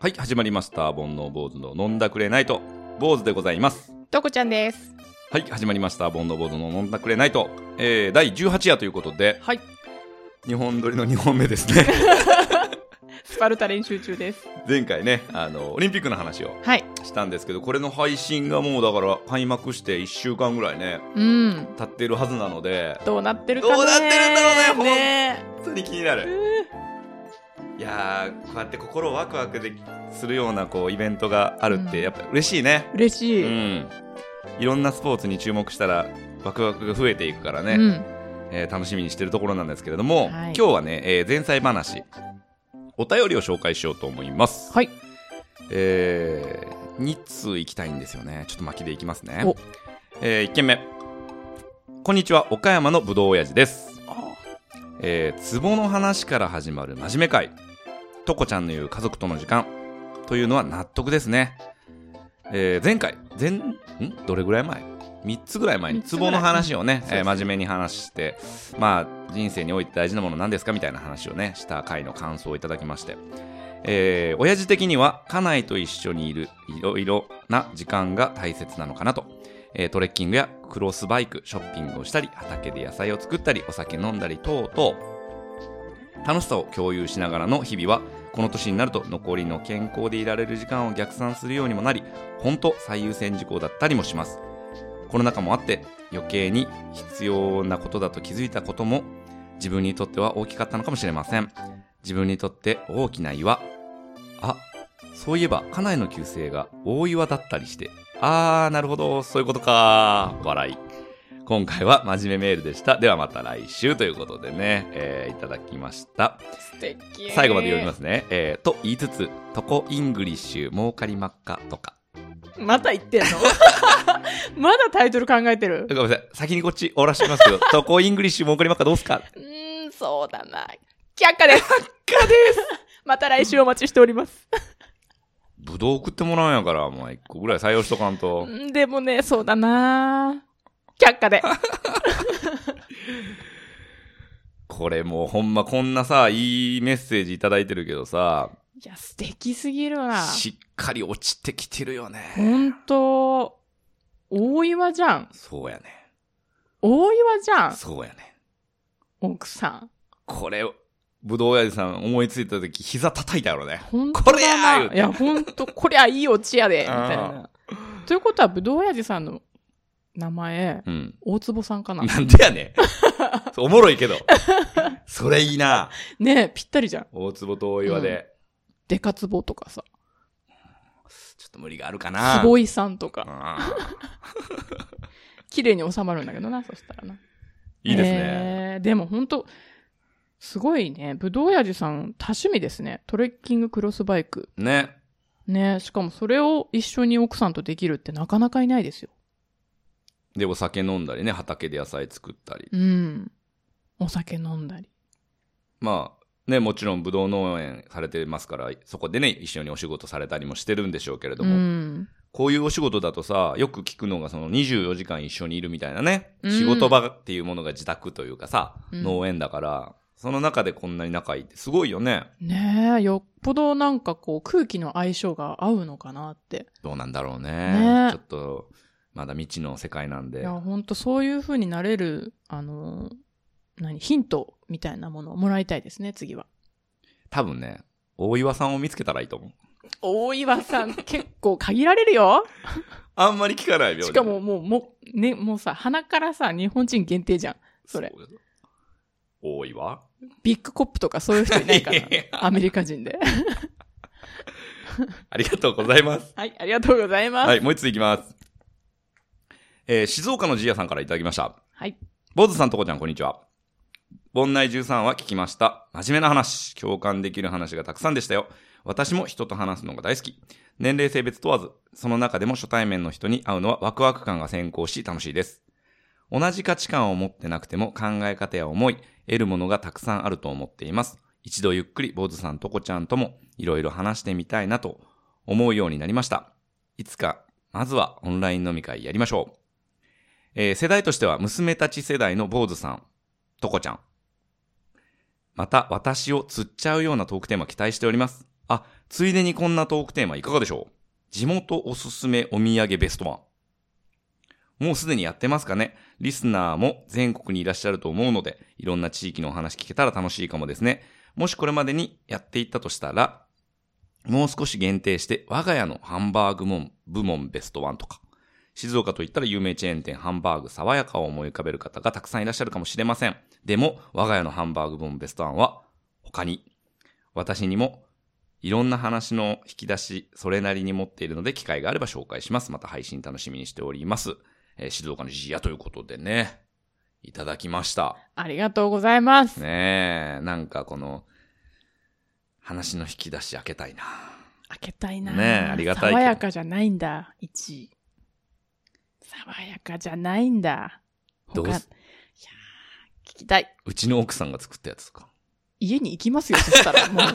はい、始まりました。煩悩坊主の飲んだくれナイト。坊主でございます。とこちゃんです。はい、始まりました。煩悩坊主の飲んだくれナイト。えー、第18夜ということで、はい、日本撮りの2本目ですね。 スパルタ練習中です。前回ね、あの、オリンピックの話をはい、したんですけど、これの配信がもうだから開幕して1週間ぐらいね、うん、経ってるはずなので、どうなってるかね。どうなってるんだろうねね本当に気になる。いやー、こうやって心ワクワクでするようなこうイベントがあるっうて、んやっぱ嬉しいね。嬉しうい。ん、いろんなスポーツに注目したらワクワクが増えていくからね、うん、えー楽しみにしてるところなんですけれども、は今い日はね、えー前菜話お便りを紹介しようと思います、はい、えー、2通いきたいんですよねちょっと巻きでいきますねお、え1件目こんにちは岡山のぶどう親父ですあえー、壺の話から始まる真面目会とこちゃんの言う家族との時間というのは納得ですね、えー前回前んどれぐらい前3つぐらい前に三つぐら壺いの話をね、そうえでーす真面目に話してまあ人生において大事なものなんですかみたいな話をねした回の感想をいただきましてえー親父的には家内と一緒にいるいろいろな時間が大切なのかなと、えートレッキングやクロスバイクショッピングをしたり畑で野菜を作ったりお酒飲んだり等々楽しさを共有しながらの日々はこの年になると残りの健康でいられる時間を逆算するようにもなり本当最優先事項だったりもしますコロナ禍もあって余計に必要なことだと気づいたことも自分にとっては大きかったのかもしれません自分にとって大きな岩あそういえば家内の旧姓が大岩だったりしてあーなるほどそういうことか笑い今回は真面目メールでしたではまた来週ということでね、えーいただきました素敵。。最後まで読みますすね、えーと言いつつ「トコイングリッシュ儲かりまっか」とかまた言っ てんの。まだタイトル考えてる。ごめんなさい先にこっち終わらせてきますけど「トコイングリッシュ儲かりまっかどうすか?」うーん、そうだな。却下です。却下です。 また来週お待ちしております。ぶどう送ってもらうんやからもう一個ぐらい採用しとかんとうんでもね、そうだな。却下で。これもうほんまこんなさいいメッセージいただいてるけどさいや、素敵すぎるな。しっかり落ちてきてるよね本当大岩じゃん。そうやね大岩じゃん。そうやね奥さん。これぶどうやじさん思いついた時膝叩いたやろね本こ当れやー言だうな。ていや、本当こりゃいいオチやで、みあーたいな。ということは、ぶどうおやじさんの名前、うん大坪さんかな。なんでやねんそうおもろいけどそれいいなねえ、ぴったりじゃん。大坪と大岩で、デカツボとかさ、ちょっと無理があるかな。つぼいさんとか、あー綺麗に収まるんだけどな、そしたらな。いいですね。えー。でも本当すごいね。ぶどうおやじさん、多趣味ですね。トレッキング、クロスバイク。ね。ねえ、しかもそれを一緒に奥さんとできるってなかなかいないですよ。で、お酒飲んだりね、畑で野菜作ったり。うん。お酒飲んだり。まあ、ね、もちろんぶどう農園されてますから、そこでね、一緒にお仕事されたりもしてるんでしょうけれどうも、ん。こういうお仕事だとさ、よく聞くのがその24時間一緒にいるみたいなね、うん仕事場っていうものが自宅というかさ、うん農園だから、その中でこんなに仲いいってすごいよね。ねえ、よっぽどなんかこう空気の相性が合うのかなって。どうなんだろうね。ねちょっと、まだ未知の世界なんいでや、。ほんとそういう風になれる、あの、何、ヒントみたいなものをもらいたいですね、次は。多分ね、大岩さんを見つけたらいいと思う。大岩さん、 結構限られるよ。あんまり聞かないよしかももう、もう、ね、もうさ、鼻からさ、日本人限定じゃん。それ。。多いわ。ビッグコップとかそういう人いないかいやら、アメリカ人で。ありがとうございます。はい、ありがとうございまはす。はい。い、もう一ついきます。えー静岡のじいやさんからいただきました。坊主さんとこちゃん、こんにちは。盆内13は聞きました。真面目な話。共感できる話がたくさんでしたよ。私も人と話すのが大好き。年齢性別問わず、その中でも初対面の人に会うのはワクワク感が先行し楽しいです。同じ価値観を持ってなくても考え方や思い、得るものがたくさんあると思っています。一度ゆっくり坊主さんとこちゃんともいろいろ話してみたいなと思うようになりました。いつか、まずはオンライン飲み会やりましょう。えー世代としては娘たち世代の坊主さん、とこちゃん。また私を釣っちゃうようなトークテーマ期待しております。あ、ついでにこんなトークテーマいかがでしょう地元おすすめお土産ベストワン。もうすでにやってますかねリスナーも全国にいらっしゃると思うので、いろんな地域のお話聞けたら楽しいかもですね。もしこれまでにやっていったとしたら、もう少し限定して、我が家のハンバーグ門部門ベストワンとか、静岡といったら有名チェーン店ハンバーグ爽やかを思い浮かべる方がたくさんいらっしゃるかもしれません。でも、我が家のハンバーグ本ベストワンは、他に、私にも、いろんな話の引き出し、それなりに持っているので、機会があれば紹介します。また配信楽しみにしております。えー静岡のジアということでね、いただきました。ありがとうございます。ねえ、なんかこの、話の引き出し開けたいな。開けたいな。ねえありがたいけど爽やかじゃないんだ、1位。爽やかじゃないんだ。どう他いやーす聞きたい。うちの奥さんが作ったやつか。家に行きますよ、そしたら。 もう。い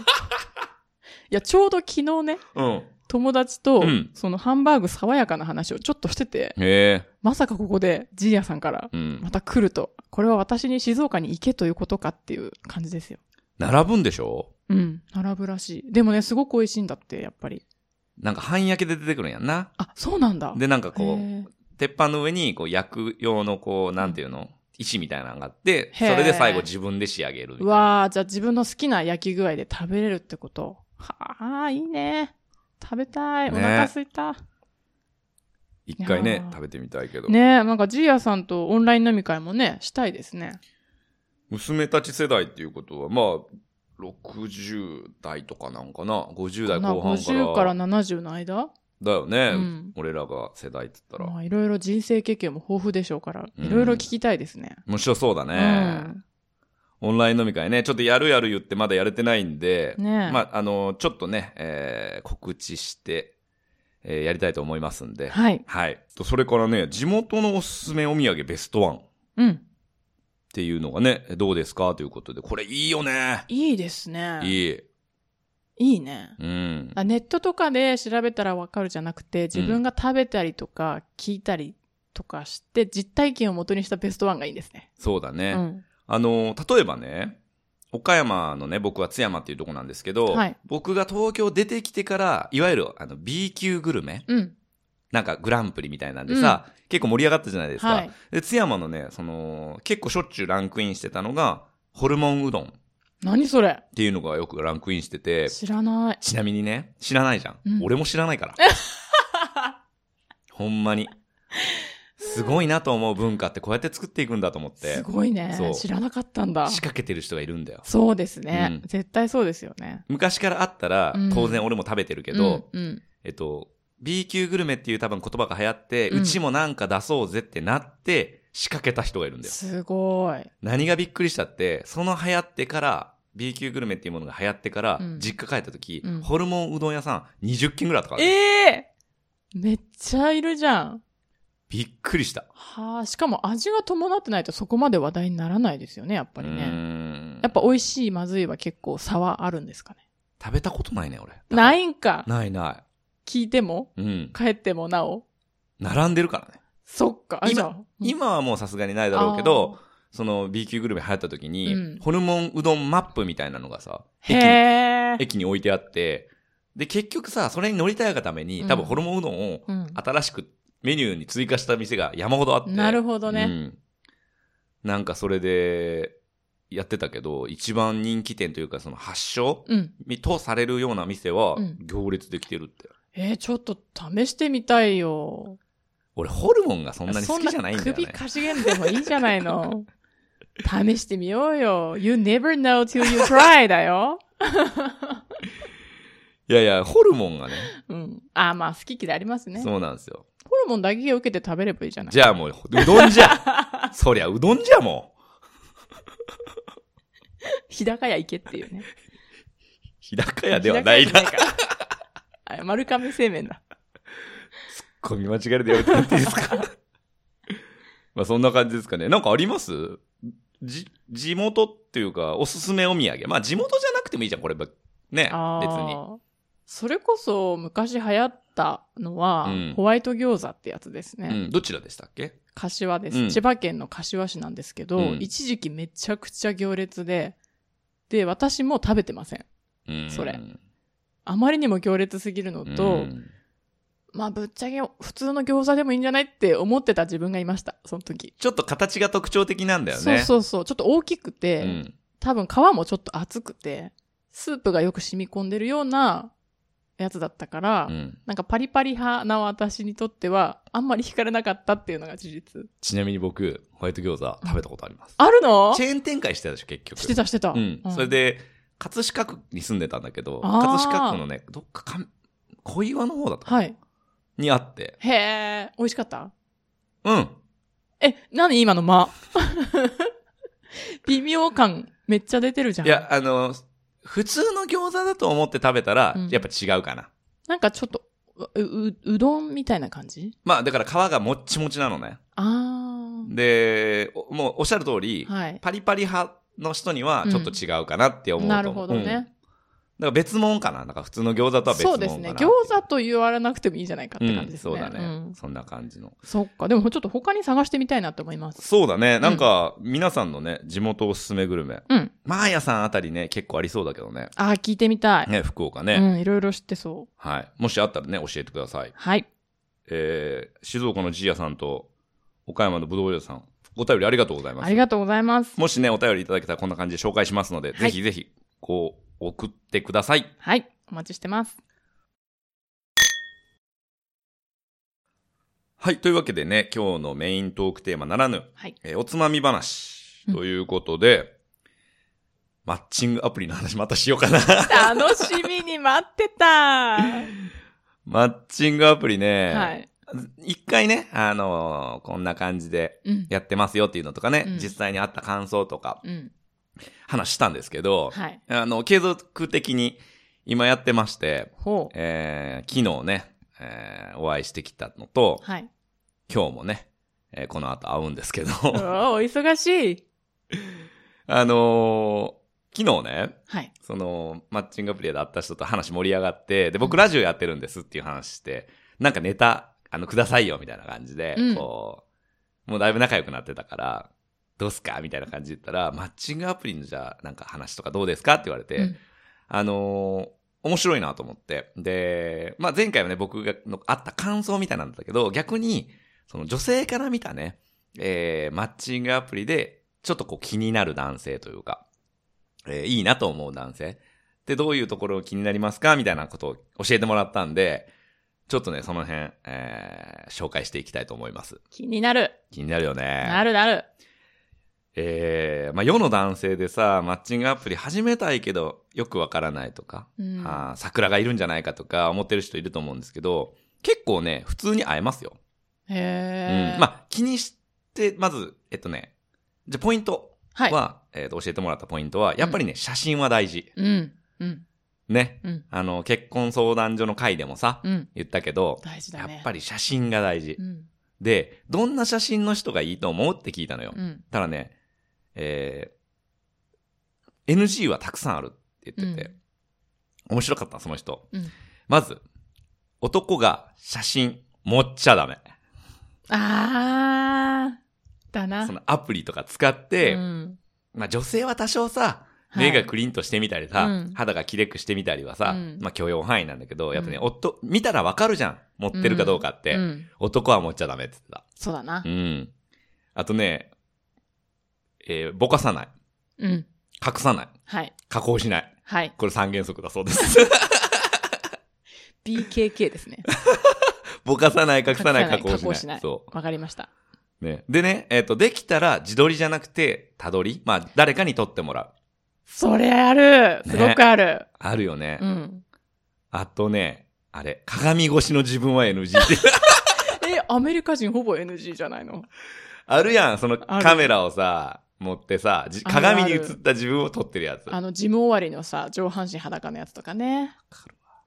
や、ちょうど昨日ね、うん。友達と、うんそのハンバーグ爽やかな話をちょっとしてて、へえ。まさかここでジーヤさんから、うん。また来ると、これは私に静岡に行けということかっていう感じですよ。並ぶんでしょうん、並ぶらしい。でもね、すごく美味しいんだって、やっぱり。なんか半焼けで出てくるんやんな。あ、そうなんだ。で、なんかこう、へー鉄板の上にこう焼く用のこう、なんていうの、石みたいなのがあって、そへーれで最後自分で仕上げるみたいうな。わー、じゃあ自分の好きな焼き具合で食べれるってこと。はあ、いいね。食べたい。おね腹すいた。ね一回いねやー、食べてみたいけど。え、なんかジーヤさんとオンライン飲み会もね、したいですね。娘たち世代っていうことは、まあ、60代とかなんかな。50代な後半から。 50から70の間だよね、うん俺らが世代って言ったら。まあいろいろ人生経験も豊富でしょうから、うんいろいろ聞きたいですね。面白そうだうね。ん。オンライン飲み会ね、ちょっとやるやる言ってまだやれてないんで、ねえまあ、あの、ちょっとね、えー告知して、えーやりたいと思いますんで。はい。はい。とそれからね、地元のおすすめお土産ベストワンっうん。ていうのがね、どうですかということで、これいいよね。いいですね。いいいい。ね。うん。あネットとかで調べたらわかるじゃなくて、自分が食べたりとか聞いたりとかして、実体験を元にしたベストワンがいいですね。そうだね。うん。あの、例えばね、岡山のね、僕は津山っていうとこなんですけど、はい僕が東京出てきてから、いわゆるあの B 級グルメ、うん。なんかグランプリみたいなんでさ、結構盛り上がったじゃないですか。はい。で、津山のね、その、結構しょっちゅうランクインしてたのが、ホルモンうどんっ何それていうのがよくランクインしてて、知らない。ちなみにね、知らないじゃん。うん俺も知らないから。 ほんまに。すごいなと思う文化ってこうやって作っていくんだと思ってす、ごいねそう。知らなかったんだ。仕掛けてる人がいるんだよ。そうですね、うん絶対そうですよね。昔からあったらうん、当然俺も食べてるけど、うん、うんえっと、B 級グルメっていう多分言葉が流行って、うんうちもなんか出そうぜってなって仕掛けた人がいるんだよ。すごい。何がびっくりしたって、その流行ってから、B 級グルメっていうものが流行ってから、うん実家帰った時、うんホルモンうどん屋さん20軒ぐらいとかある、ええめっちゃいるじゃん。びっくりした。はあ、しかも味が伴ってないとそこまで話題にならないですよね、やっぱりね。ねやっぱ美味しい、まずいは結構差はあるんですかね。食べたことないね、俺。ないいんか。ないな聞いてもい。うん。帰ってもなお並んでるからね。そっか。あじゃあ、今はもうさすがにないだろうけど、その B 級グルメ流行った時に、うんホルモンうどんマップみたいなのがさ、あー、駅にへえ。駅に置いてあって、で、結局さ、それに乗りたいがために、うん多分ホルモンうどんをうん新しくメニューに追加した店が山ほどあって。なるほどうね。ん。なんかそれで、やってたけど、一番人気店というか、その発祥うん。とされるような店はうん、行列できてるって。えー、ちょっと試してみたいよ。俺、ホルモンがそんなに好きじゃないんだそよね首。かしげんでもいいじゃないの。 試してみようよ。You never know till you try だよ。いやいや、ホルモンがね、うん。あー、まあ好き嫌いありますね。ホルそうなんですよ。モンだけを受けて食べればいいじゃないじゃあもう、うどんじ ゃそりゃ、うどんじゃもう日高屋行けっていうね。日高屋では ない日高な屋。じゃないからあれ丸亀製 麺だ。こ見間違えるでやめてもらっていいですか まあそんな感じですかね。なんかありますじ、地元っていうか、おすすめお土産。まあ地元じゃなくてもいいじゃん、これば。ね、別あに。ーそれこそ昔流行ったのは、うんホワイト餃子ってやつですね。うん、どちらでしたっけ柏です、うん千葉県の柏市なんですけど、うん一時期めちゃくちゃ行列で、で、私も食べてません。うん。それあまりにも強烈すぎるのと、うんまあぶっちゃけ普通の餃子でもいいんじゃないって思ってた自分がいました、その時。ちょっと形が特徴的なんだよね。そうそうそう。ちょっと大きくて、うん多分皮もちょっと厚くて、スープがよく染み込んでるようなやつだったから、うんなんかパリパリ派な私にとっては、あんまり惹かれなかったっていうのが事実。ちなみに僕、ホワイト餃子食べたことあります。あるのチェーン展開してたでしょ、結局。してたしてた。うんう。んそれで、葛飾区に住んでたんだけど、あー葛飾区のね、どっかかん、小岩の方だったかなはい。にあって、へえ、美味しかったうん。え、何今の間。 微妙感めっちゃ出てるじゃん。いや、あの、普通の餃子だと思って食べたらうん、やっぱ違うかな。なんかちょっと、う、う、うどんみたいな感じまあ、だから皮がもっちもちなのね。あで、おもうおっしゃる通りあ。、はい。パリパリ派の人にはちょっと違うかなって思うと思う。なるほどうんだかね。ら別物かな。なんか普通の餃子とは別そ物うかな。ですね。餃子と言われなくてもいいじゃないかって感じですね。うん、そうだね、んそんな感じの。そっか。でもちょっと他に探してみたいなと思います。そうだね。なんか、皆さんのね、地元おすすめグルメ。うん。マーヤさんあたりね、結構ありそうだけどね。ああ、聞いてみたい。ね、福岡ね。うん、いろいろ知ってそう。はい。もしあったらね、教えてください。はい。えー、静岡のじいやさんと、岡山のぶどう屋さん、お便りありがとうございます。ありがとうございます。もしね、お便りいただけたらこんな感じで紹介しますので、はいぜひぜひ、こう、送ってください。はい。お待ちしてます。はい。というわけでね、今日のメイントークテーマならぬ、はい。えーおつまみ話うんということで、マッチングアプリの話またしようか な。楽しみに待ってた マッチングアプリね、はい。一回ね、あのーこんな感じでうん。やってますよっていうのとかね、うん実際にあった感想とかうん。話したんですけど、はい。あの、継続的に今やってまして、ほう。えー昨日ね、えーお会いしてきたのと、 はい。今日もね、えーこの後会うんですけど、おーお忙しい。 あのー昨日ね、はい。その、マッチングアプリで会った人と話盛り上がって、で、僕ラジオやってるんですっていう話して、なんかネタ、あの、くださいよみたいな感じで、うんこう、もうだいぶ仲良くなってたから、どうすかみたいな感じで言ったら、マッチングアプリのじゃあ、なんか話とかどうですかって言われて、うんあのー面白いなと思って。で、まあ、前回はね、僕がのあった感想みたいなんだけど、逆に、その女性から見たね、えーマッチングアプリで、ちょっとこう気になる男性というか、えーいいなと思う男性で、どういうところを気になりますかみたいなことを教えてもらったんで、ちょっとね、その辺、えー紹介していきたいと思います。気になる。気になるよね。なるなる。えーまあ、世の男性でさ、マッチングアプリ始めたいけど、よくわからないとか、うん。あー桜がいるんじゃないかとか思ってる人いると思うんですけど、結構ね、普通に会えますよ。へえ。うん、まあ、気にして、まず、えっとね、じゃあポイントはい。は、えっと、教えてもらったポイントは、やっぱりね、写真は大事。うん。うん。ね。うん。あの、結婚相談所の回でもさ、うん。言ったけど、大事やだっね。ぱり。り写真が大事う。ん。で、どんな写真の人がいいと思うって聞いたのよ。うん。ただね、えー NG はたくさんあるって言ってて、面白かった、その人。うんまず、男が写真持っちゃダメ。あー。だな。そのアプリとか使って、うんまあ女性は多少さ、はい目がクリンとしてみたりさ、うん肌がキレくしてみたりはさ、うんまあ許容範囲なんだけど、やっぱね、うん夫、見たらわかるじゃん。持ってるかどうかって。うん男は持っちゃダメって言ってた。そうだなう。ん。あとね、えーぼかさない。うん。隠さない。はい。加工しない。はい。これ三原則だそう です。 BKK です ね。ぼかさない、隠さない、隠さな加い工しない。加工しないそわかりました。う。ね。でね、えっ、と、できたら自撮りじゃなくて、たどりまあ、誰かに撮ってもらう。それあるすごくある、あるよね。うん。あとね、あれ、鏡越しの自分は NG って。え、アメリカ人ほぼ NG じゃないのあるやん、そのあるカメラをさ、持ってさ、じあるある鏡に映った自分を撮ってるやつ。あの、ジム終わりのさ、上半身裸のやつとかね。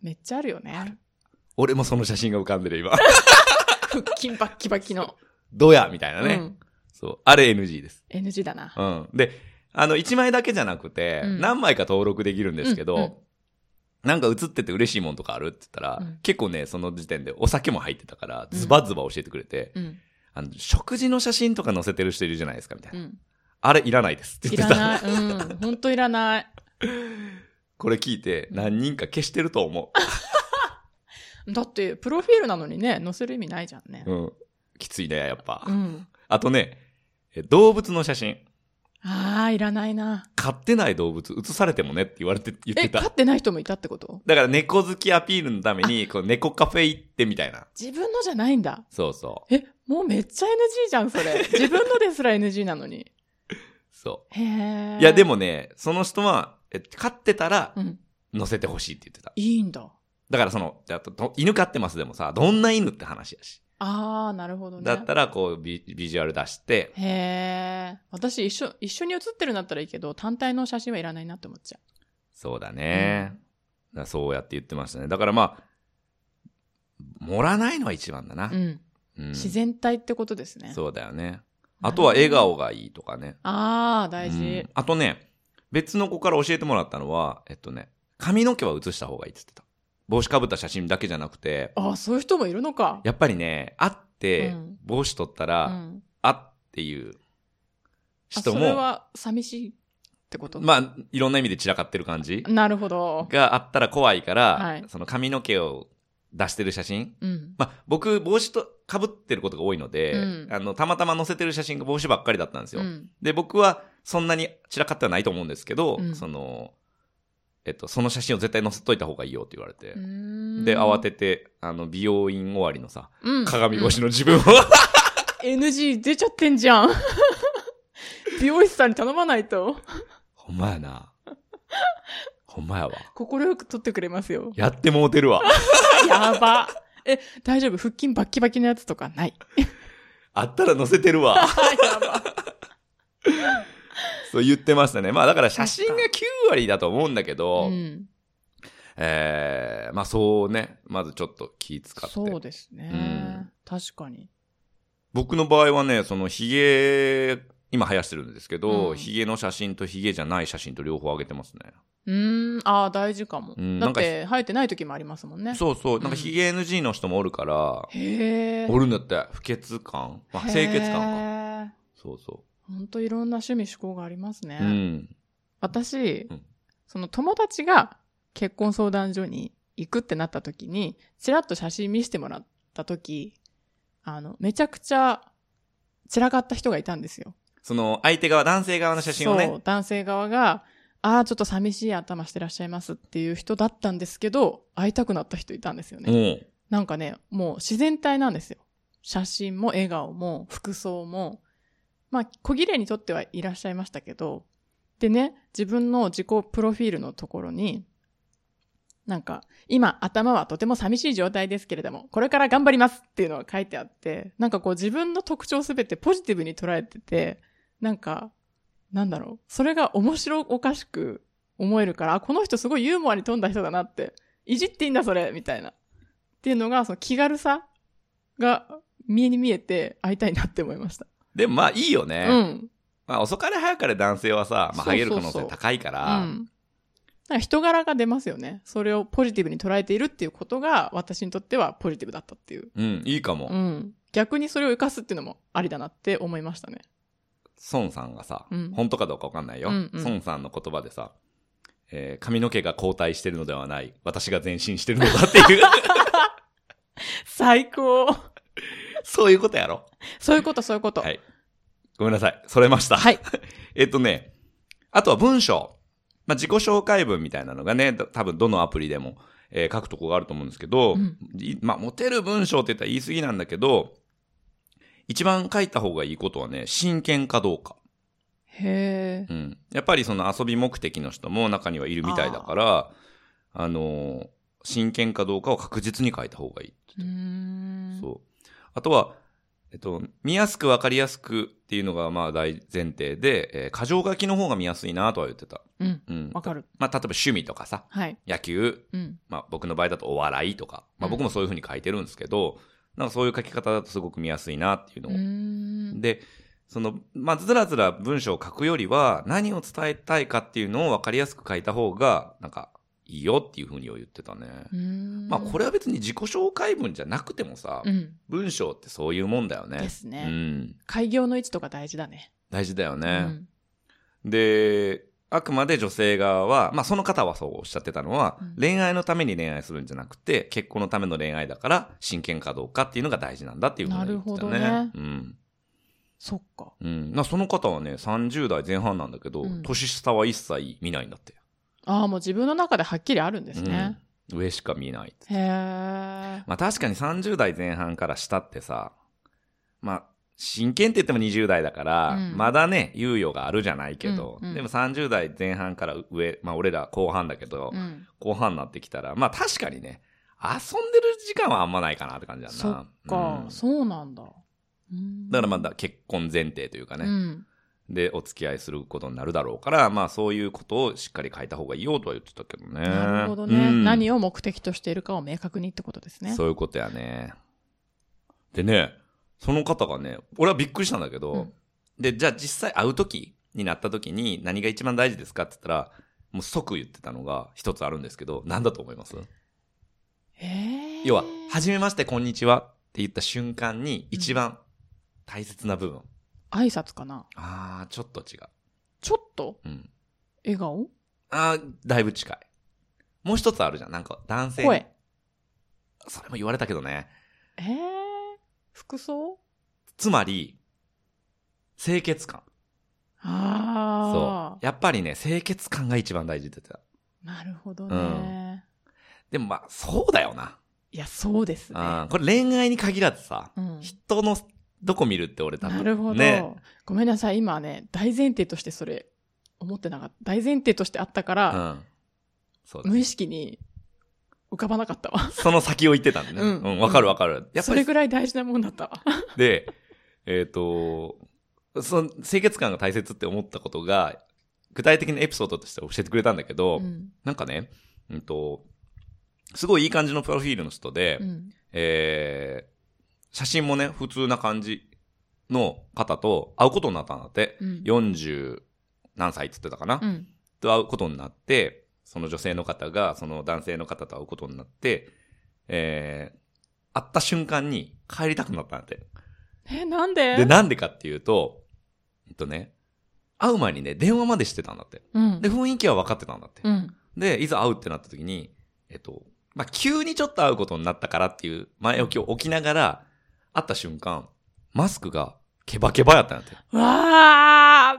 めっちゃあるよね。俺もその写真が浮かんでる、今。 腹筋バッキバキの。どやみたいなね。うんそう。あれ NG です。 NG だな。うん。で、あの、1枚だけじゃなくて、うん何枚か登録できるんですけど、うんうんなんか映ってて嬉しいもんとかあるって言ったら、うん結構ね、その時点でお酒も入ってたから、ズバズバ教えてくれて、うん。あの、食事の写真とか載せてる人いるじゃないですか、みたいな。うん。あれいらないですってい言っらてた。ない。うん。ほんといらない。これ聞いて何人か消してると思だって、プロフィールなのにね、載せる意味ないじゃんねう。。うん。 きついね、やっぱう。ん。あとね、え動物の写真。ああ、いらないな。飼ってない動物、写されてもねって言われて、言ってえ、た飼。ってない人もいたってことだから猫好きアピールのために、こう猫カフェ行ってみたいな。自分のじゃないんだ。そうそう。え、もうめっちゃ NG じゃん、そ れ。自分のですら NG なのに。そへう。え。いや、で。もね、その人は、え飼ってたらう、ん。乗せてほしいって言ってた。いいんだ。だからその、じゃあとと犬飼ってますでもさ、どんな犬って話やし。ああ、なるほどね。だったら、こうビ、ビジュアル出して、へえ。私一緒、一緒に写ってるんだったらいいけど、単体の写真はいらないなって思っちゃそうだね。だからそうやって言ってましたね。だからまあ、盛らないのは一番だなう。。うん。うん自然体ってことですね。う。そうだよね。あとは笑。顔がいいとかね。ああ、大う事ん。あとね、別の子から教えてもらったのは、えっとね、髪の毛は写した方がいいって言ってた。帽子かぶった写真だけじゃなくて、ああ、そういう人もいるのか。やっぱりね、会ってうん帽子取ったうら、ん。あっていうあ人それも、は寂しいってことまあ、いろんな意味で散らかってる感じなるほど。があったら怖いから、はいその髪の毛を出してる写真。うん。まあ、僕、帽子と被ってることが多いので、うんあの、たまたま載せてる写真が帽子ばっかりだったんですよ。うんで、僕はそんなに散らかってはないと思うんですけど、うんその、えっと、その写真を絶対載せといた方がいいよって言われて。うーんで、慌てて、あの、美容院終わりのさ、うん鏡越しうんの自分を、 NG 出ちゃってんじゃん。 美容師さんに頼まないと、ほんまやな。ほんまやわ。快く取ってくれますよ。やってもうてるわ。やば。え、大丈夫腹筋バッキバキのやつとかない。あったら載せてるわ。 やば。そう言ってましたね。まあだから写真が9割だと思うんだけど、うん、えー、まあそうね、まずちょっと気使って。そうですね、うん確かに。僕の場合はね、そのヒゲ、今生やしてるんですけど、うんヒゲの写真とヒゲじゃない写真と両方上げてますね。うーん、ああ、大事かも、うんだって、生えてない時もありますもんね。そうそう、んなんかヒゲ NG の人もおるから、へえ。おるんだって、不潔感、まあ、清潔感か。感か。そうそほんといろんな趣味嗜好がありますね。う。うん。私、うんその友達が結婚相談所に行くってなった時に、ちらっと写真見せてもらった時、あの、めちゃくちゃ散らかった人がいたんですよ。その、相手側、男性側の写真をそねう、、男性側が、ああ、ちょっと寂しい頭してらっしゃいますっていう人だったんですけど、会いたくなった人いたんですよね。もなんかね、もう自然体なんですよ。写真も笑顔も服装も。まあ、小綺麗に撮ってはいらっしゃいましたけど、でね、自分の自己プロフィールのところに、なんか、今頭はとても寂しい状態ですけれども、これから頑張りますっていうのが書いてあって、なんかこう自分の特徴すべてポジティブに捉えてて、なんか、なんだろう、それが面白おかしく思えるから、あこの人すごいユーモアに富んだ人だなって、いじっていいんだそれみたいな。っていうのが、その気軽さが見に見えて会いたいなって思いました。う。でもまあいいよね。うん。まあ遅かれ早かれ男性はさ、まあ、そうそうそうハゲる可能性高いかうら、ん。なんか人柄が出ますよね。それをポジティブに捉えているっていうことが私にとってはポジティブだったっていう。うん、いいかも。うん。逆にそれを活かすっていうのもありだなって思いましたね。孫さんがさ、うん本当かどうかわかんないよ、うんうん孫さんの言葉でさ、えー髪の毛が後退してるのではない、私が前進してるのだって いう、最高そういうことやろ。そういうこと、そういうこと。ははい。い。ごめんなさい。それました。 えっとね、あとは文章。まあ、自己紹介文みたいなのがね、ど多分どのアプリでも、えー書くとこがあると思うんですけど、うんいまあ、モテる文章って言ったら言い過ぎなんだけど、一番書いた方がいいことはね、真剣かどうか。へえう。ん、やっぱりその遊び目的の人も中にはいるみたいだから、あのー真剣かどうかを確実に書いた方がいい。うーん。そう。あとは、えっと、見やすくわかりやすくっていうのがまあ大前提で、えー、箇条書きの方が見やすいなとは言ってた。うん。うん。わかる。まあ、例えば趣味とかさ、はい。野球、うん。まあ、僕の場合だとお笑いとか、まあ、うん僕もそういうふうに書いてるんですけど、なんかそういう書き方だとすごく見やすいなっていうのうをーん。で、その、まあ、ずらずら文章を書くよりは、何を伝えたいかっていうのを分かりやすく書いた方が、なんか、いいよっていうふうには言ってたね。うーんまあ、これは別に自己紹介文じゃなくてもさ、うん。文章ってそういうもんだよね。ですねうん。開業の位置とか大事だね。大事だようね。ん。で、あくまで女性側は、まあその方はそうおっしゃってたのは、うん恋愛のために恋愛するんじゃなくて、結婚のための恋愛だから、真剣かどうかっていうのが大事なんだっていうことを言ってたね。なるほうん。そっか。うん。なその方はね、30代前半なんだけど、うん年下は一切見ないんだって。ああ、もう自分の中ではっきりあるんですね。うん。上しか見ないって。へえ。まあ確かに30代前半から下ってさ、まあ、真剣って言っても20代だから、うんまだね、猶予があるじゃないけど、うんうんでも30代前半から上、まあ俺ら後半だけど、うん。後半になってきたら、まあ確かにね、遊んでる時間はあんまないかなって感じだな。そっか、うんそうなんだ。うんだからまだ結婚前提というかね、うん。で、お付き合いすることになるだろうから、まあそういうことをしっかり書いた方がいいよとは言ってたけどね。なるほどね、何を目的としているかを明確にってことですね。そういうことやね。でね、その方がね、俺はびっくりしたんだけど、うんで、じゃあ実際会う時になった時に何が一番大事ですかって言ったら、もう即言ってたのが一つあるんですけど、何だと思いますえー要は、はじめまして、こんにちはって言った瞬間に一番大切な部分。挨拶かなあー、ちょっと違う。ちょっとうん。笑顔あー、だいぶ近い。もう一つあるじゃん。なんか男性に。声。それも言われたけどね。えー、服装つまり、清潔感。そあう。やっぱりね、清潔感が一番大事って言ってた。う。なるほどね、うんでもまあ、そうだよな。いや、そうですね。うん。これ恋愛に限らずさ、うん人のどこ見るって俺多分なるほど、ね。ごめんなさい、今ね、大前提としてそれ、思ってなかった。大前提としてあったかうら、ん。そうだ無意識に浮かばなかったわ。その先を言ってたんだね。ううんん。わかるわかる。やっそぱれりぐらい大事なもんだったわ。で、えっ、と、その清潔感が大切って思ったことが、具体的なエピソードとして教えてくれたんだけど、うんなんかね、うんと、すごいいい感じのプロフィールの人で、うんえー写真もね、普通な感じの方と会うことになったんだって、うん40何歳って言ってたかな、うんと会うことになって、その女性の方が、その男性の方と会うことになって、えー会った瞬間に帰りたくなったんだって。え、なんでで、なんでかっていうと、えっとね、会う前にね、電話までしてたんだって。うん。で、雰囲気は分かってたんだって。うん。で、いざ会うってなった時に、えっと、まあ、急にちょっと会うことになったからっていう前置きを置きながら、会った瞬間、マスクがケバケバやったんだって。わあ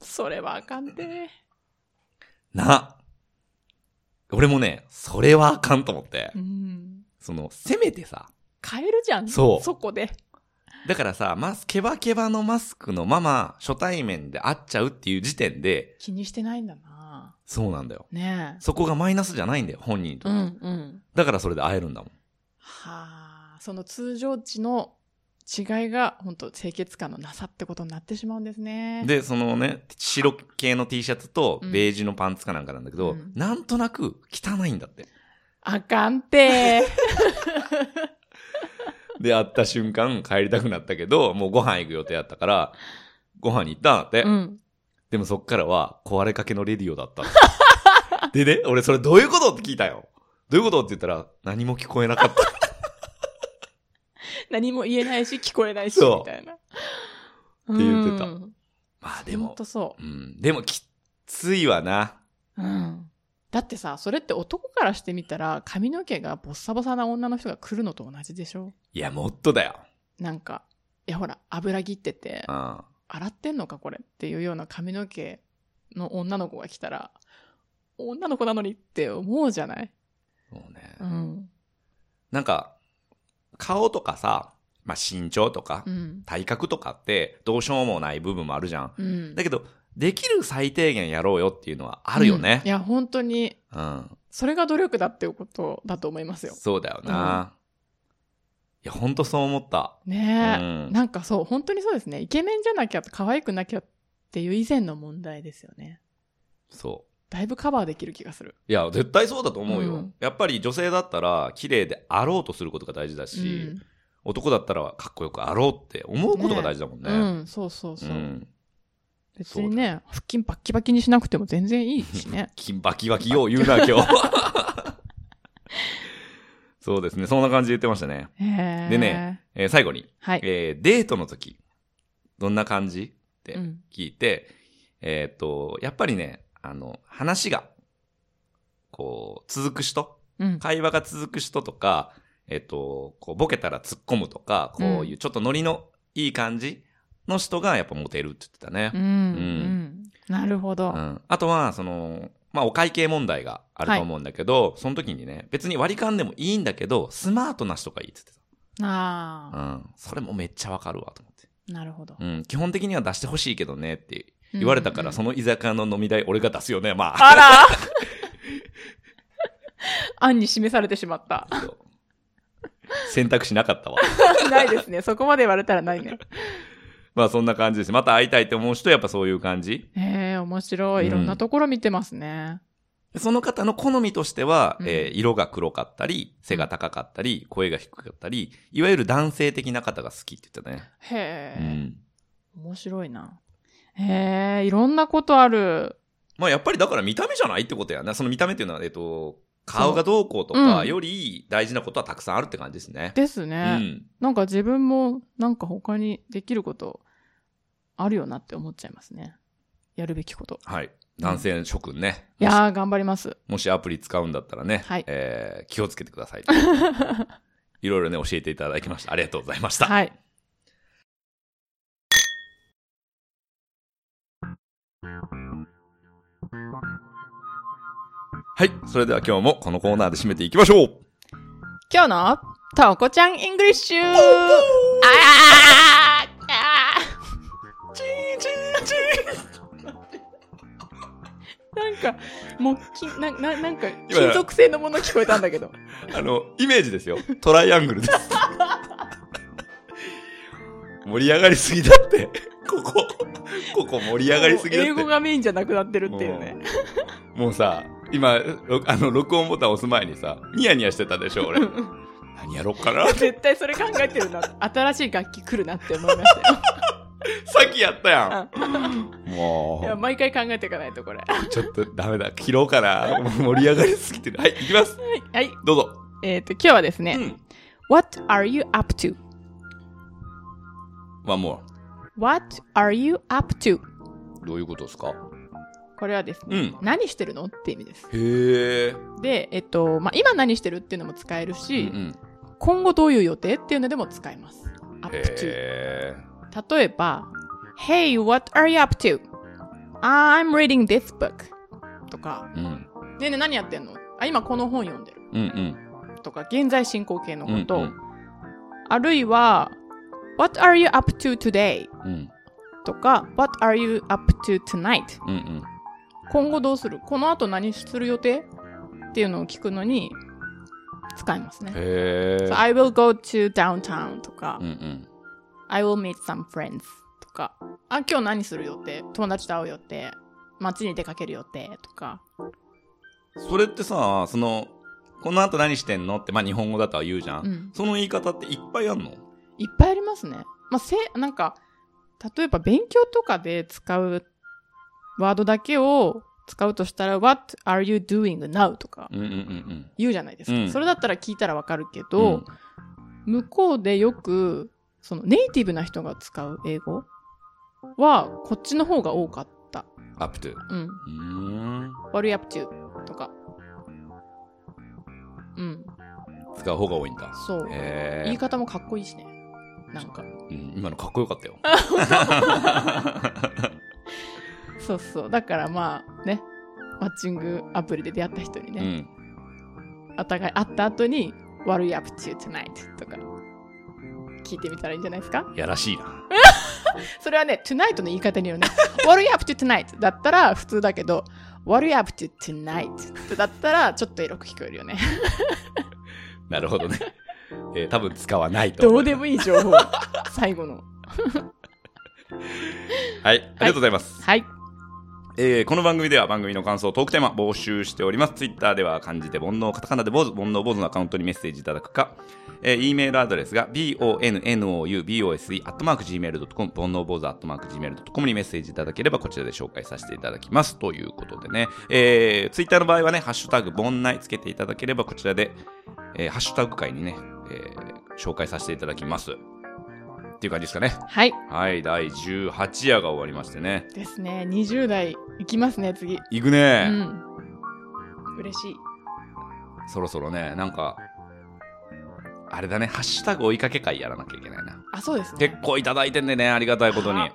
それはあかんて。な。俺もね、それはあかんと思ってう。ん。その、せめてさ、変えるじゃん。そうそこで。だからさ、マス、ケバケバのマスクのまま、初対面で会っちゃうっていう時点で、気にしてないんだなそうなんだよ。ねそこがマイナスじゃないんだよ、本人にとえ。うって。んうん。だからそれで会えるんだもん。はあ、その通常値の違いが、本当清潔感のなさってことになってしまうんですね。、で、そのね、白系の T シャツとうんベージュのパンツかなんかなんだけど、うんなんとなく汚いんだって。あかんて。で、会った瞬間帰りたくなったけど、もうご飯行く予定やったから、ご飯に行ったんだって。うん。でもそっからは壊れかけの レディオだったの。でね、俺それどういうことって聞いたよ。どういうことって言ったら、何も聞こえなか った。何も言えないし、聞こえないし、そうみたいな。って言ってたうん、まあででも。ほもんと、そうん、でもきついわな。う。うん。だってさ、それって男からしてみたら、髪の毛がボッサボサな女の人が来るのと同じでしょいや、もっとだよ。なんか、いやほら、油切っててう、ん。洗ってんのかこれっていうような髪の毛の女の子が来たら、女の子なのにって思うじゃないそうね。うん。なんか、顔とかさ、まあ身長とかう、ん。体格とかってどうしようもない部分もあるじゃん。うん。だけけど、できる最低限やろうよっていうのはあるよねい。や、本当に、うん。それが努力だっていうことだと思いますよ。そうだよな。いや、ほんとそう思った。ねえ、うんなんかそう、本当にそうですね。イケメンじゃなきゃ、可愛くなきゃっていう以前の問題ですよね。そう。だいぶカバーできる気がする。いや、絶対そうだと思うよ。うんやっぱり女性だったら、綺麗であろうとすることが大事だし、男だったらかっこよくあろうって思うことが大事だもんうね。ん、うん、そうそうそう。うん。。別にね、腹筋バッキバキにしなくても全然いいしね 金バキバキよう言うな、 今日。そうですね。そんな感じで言ってましたね。へえでね、えー最後に、はい。えーデートの時、どんな感じってうん聞いて、えーっと、やっぱりね、あの、話が、こう、続く人、うん。会話が続く人とか、えっと、こう、ボケたら突っ込むとか、こういうちょっとノリのいい感じの人がやっぱモテるって言ってたねうん。。うん。なるほどう。んあとは、その、まあ、お会計問題があると思うんだけど、その時にね、別に割り勘でもいいんだけど、スマートな人がいいって言ってあた。うん。それもめっちゃわかるわ、と思って。あ、なるほど。うん。基本的には出してほしいけどねって言われたから、その居酒屋の飲み代俺が出すよね、まあ。あら案に示されてしまった。そう選択肢なかったわ。 ないですね。そこまで言われたらないね。まあ、そんな感じです。また会いたいって思う人、やっぱそういう感じ。ええ面白い。いろんなところ見てますね。その方の好みとしては、うんえー色が黒かったり、背が高かったり、声が低かったり、いわゆる男性的な方が好きって言ってたね。へうえ、ん。面白いな。へえいろんなことある。まあやっぱりだから見た目じゃないってことやな。その見た目っていうのは、えっと、顔がどうこうとかうんより大事なことはたくさんあるって感じですね。ですうね、ん。なんか自分もなんか他にできることあるよなって思っちゃいますね。やるべきこと。はい。男性諸君ね。いやー、頑張ります。もしアプリ使うんだったらね、はいえー気をつけてください。いろいろね、教えていただきました。ありがとうございました。はい。はい。それでは今日もこのコーナーで締めていきましょう今日の、とこちゃんイングリッシュあーあーチーチーチーなんか、木金、な、な、なんか、金属製のもの聞こえたんだけど。あの、イメージですよ。トライアングルです。盛り上がりすぎだって。ここ、ここ盛り上がりすぎだって。英語がメインじゃなくなってるっていうね。もう。もうさ、今、ろあの、録音ボタン押す前にさ、ニヤニヤしてたでしょ、 俺。何やろっかな絶対それ考えてるな。新しい楽器来るなって思い ましたよ。さっきやったやん。もいや毎回考えていかないと、これ。はう、ちょっとダメだ。切ろうかな。もう盛り上がりすぎてる。はい、いきます。い。はい、どうぞ。えっ、と、今日はですね、うん。 What are you up to? One more. What are you up to? どういうことですかこれはですね、うん何してるのって意味です。へえ。で、えっと、まあ、今何してるっていうのも使えるうし、ん今後どういう予定っていうのでも使えます。うん。 up へ to。え。例えば、Hey, what are you up to? I'm reading this book. とか、うん。ねえねえ何やってんのあ、今この本読んでる。うんうん。とか、現在進行形のこと。うんあるいは、What are you up to today? うんとか、What are you up to tonight? うんうん今後どうするこの後何する予定っていうのを聞くのに使いますね。へえ So I will go to downtown とか、うんうん。 I will meet some friends とか、あ、今日何する予定友達と会う予定街に出かける予定とか。それってさ、その、この後何してんのって、まあ日本語だとは言うじゃん。うんその言い方っていっぱいあんのいっぱいありますね。まあ、せ、なんか、例えば勉強とかで使うワードだけを使うとしたら、What are you doing now? とかうんうんうん言うじゃないですか。うんそれだったら聞いたらわかるけうん。ど、向こうでよくそのネイティブな人が使う英語はこっちの方が多かった。うん、アップトゥ。うん。うーん。 What are you up to? とか。うん。使う方が多いんだ。そう。へ言いえ。方もかっこいいしね。なんか。うん今のかっこよかった よ。そうそう。だからまあね、マッチングアプリで出会った人にうね、ん。お互い会った後に What are you up to tonight? とか聞いてみたらいいんじゃないですかやらしいな。それはね、tonight の言い方による ね。What are you up to tonight? だったら普通だけど、What are you up to tonight? だったらちょっとエロく聞こえるよね。なるほどね。えー、多分使わないと ど思うう。でもいい情報。 最後の。はい。ありがとうございます。はい。えーこの番組では番組の感想、トークテーマ募集しております。ツイッターでは漢字で煩悩、カタカナで坊主、煩悩坊主のアカウントにメッセージいただくか、えー、E メールアドレスが bonoubose、アットマーク gmail.com、煩悩坊主、アットマーク gmail.com にメッセージいただければこちらで紹介させていただきます。ということでね、えー、ツイッターの場合はね、ハッシュタグ、煩悩つけていただければこちらで、えーハッシュタグ会にね、えー紹介させていただきます。っていう感じですかね。はい。はい、第18夜が終わりましてね。ですね。20代いきますね、次。いくうね、ん。嬉しい。そろそろね、なんか、あれだね、ハッシュタグ追いかけ会やらなきゃいけないな。あ、そうですね結。構いただいてんでね、ありがたいことにあ。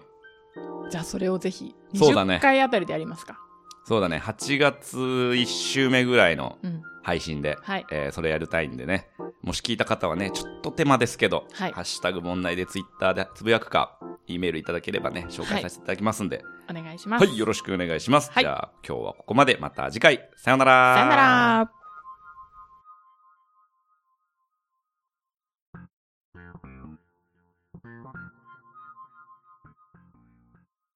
じゃあそれをぜひ、そうだね20回あたりでやりますか。そうだね、8月1週目ぐらいのうん。配信で、はい。えーそれやりたいんでね、もし聞いた方はね、ちょっと手間ですけど、はいハッシュタグ問題でツイッターでつぶやくか、E メールいただければね、紹介させていただきますんで、お願いしまはす。い、よろしくお願いします。はいじゃあ、今日はここまで、また次回、さようなら。さよなら。